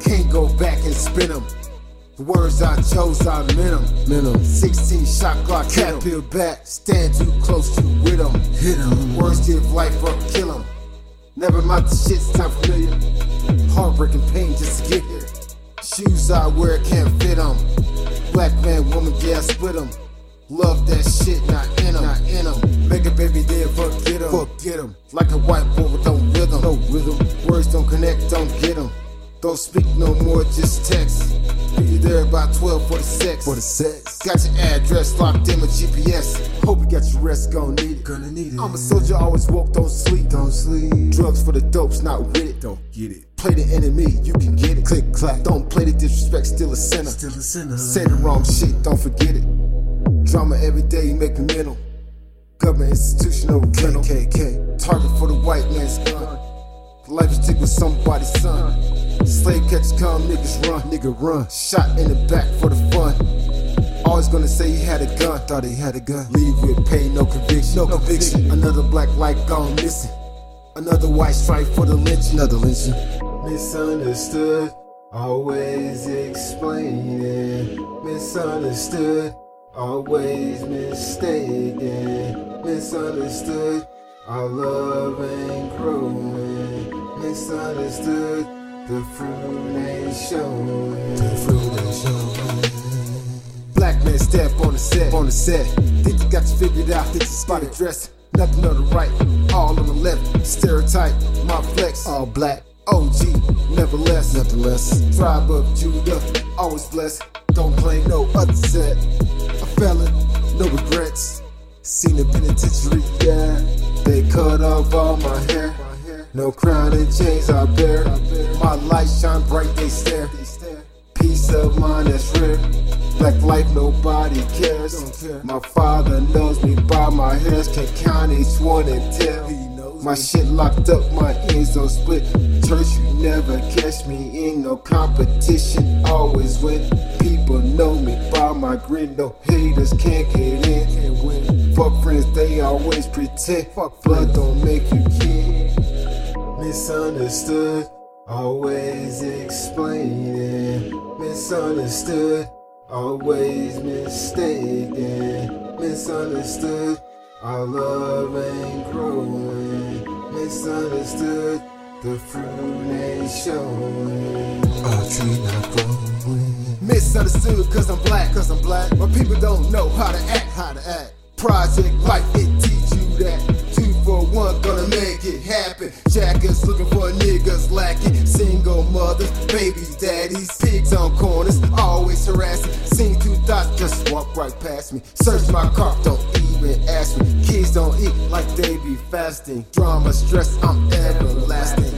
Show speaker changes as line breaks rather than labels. Can't go back and spin 'em. The words I chose, I meant 'em. 16 shot clock, cat peel back. Stand too close to with 'em. Hit 'em. Words give life up, kill 'em. Never mind the shit's not familiar. Heartbreaking pain just to get here. Shoes I wear can't fit 'em. Black man, woman, yeah, I split 'em. Love that shit, not in 'em. Not in 'em. Make a baby dead, forget 'em. Forget 'em. Like a white boy with no rhythm. No rhythm. Words don't connect, don't get 'em. Don't speak no more, just text. Be there by 12 for the sex.
for the sex.
Got your address locked in with GPS. Hope you got your rest, gon' need it.
Gonna need it.
I'm a soldier, always woke, don't sleep.
Don't sleep.
Drugs for the dopes, not with it.
Don't get it.
Play the enemy, you can get it. Click clack. Don't play the disrespect, still a sinner.
Still a sinner.
Say the wrong shit, don't forget it. Drama every day, make me mental. Government institutional rental. KKK. Target for the white man's gun. Life is tick with somebody's son. Slave catch come, niggas run, nigga run. Shot in the back for the fun. Always gonna say he had a gun, thought he had a gun. Leave with pay, no conviction, no conviction. Another black light gone missing. Another white stripe for the lynch, another lynching.
Misunderstood, always explaining. Misunderstood, always mistaken. Misunderstood, our love ain't growing. Misunderstood, the fruit ain't showing. The fruit ain't showing.
Black man step on the set, on the set. Think you got you figured out, think you spotted dress. Nothing on the right, all on the left. Stereotype, my flex, all black. OG, never less, nothing less. Tribe of Judah, always blessed. Don't claim no other set. A felon, no regrets. Seen the penitentiary, yeah. They cut off all my hair. No crown and chains I bear. My light shine bright, they stare. Peace of mind that's rare. Black life, nobody cares. My father knows me by my hairs. Can count each one and tell. My shit locked up, my ends don't split. Church, you never catch me in no competition. Always win. People know me by my grin. No haters can't get in and win. Fuck friends, they always pretend. Fuck blood don't make you kin.
Misunderstood, always explaining. Misunderstood, always mistaken. Misunderstood, our love ain't growing. Misunderstood, the fruit ain't showing. Our tree not growing.
Misunderstood cause I'm black, cause I'm black. But people don't know how to act, how to act. Project life, it teach you that. Two for one, gonna make it happen. Jackers looking for niggas lacking. Single mothers, baby daddies, pigs on corners, always harassing. Seen two dots, just walk right past me. Search my car, don't even ask me. Kids don't eat like they be fasting. Drama, stress, I'm everlasting.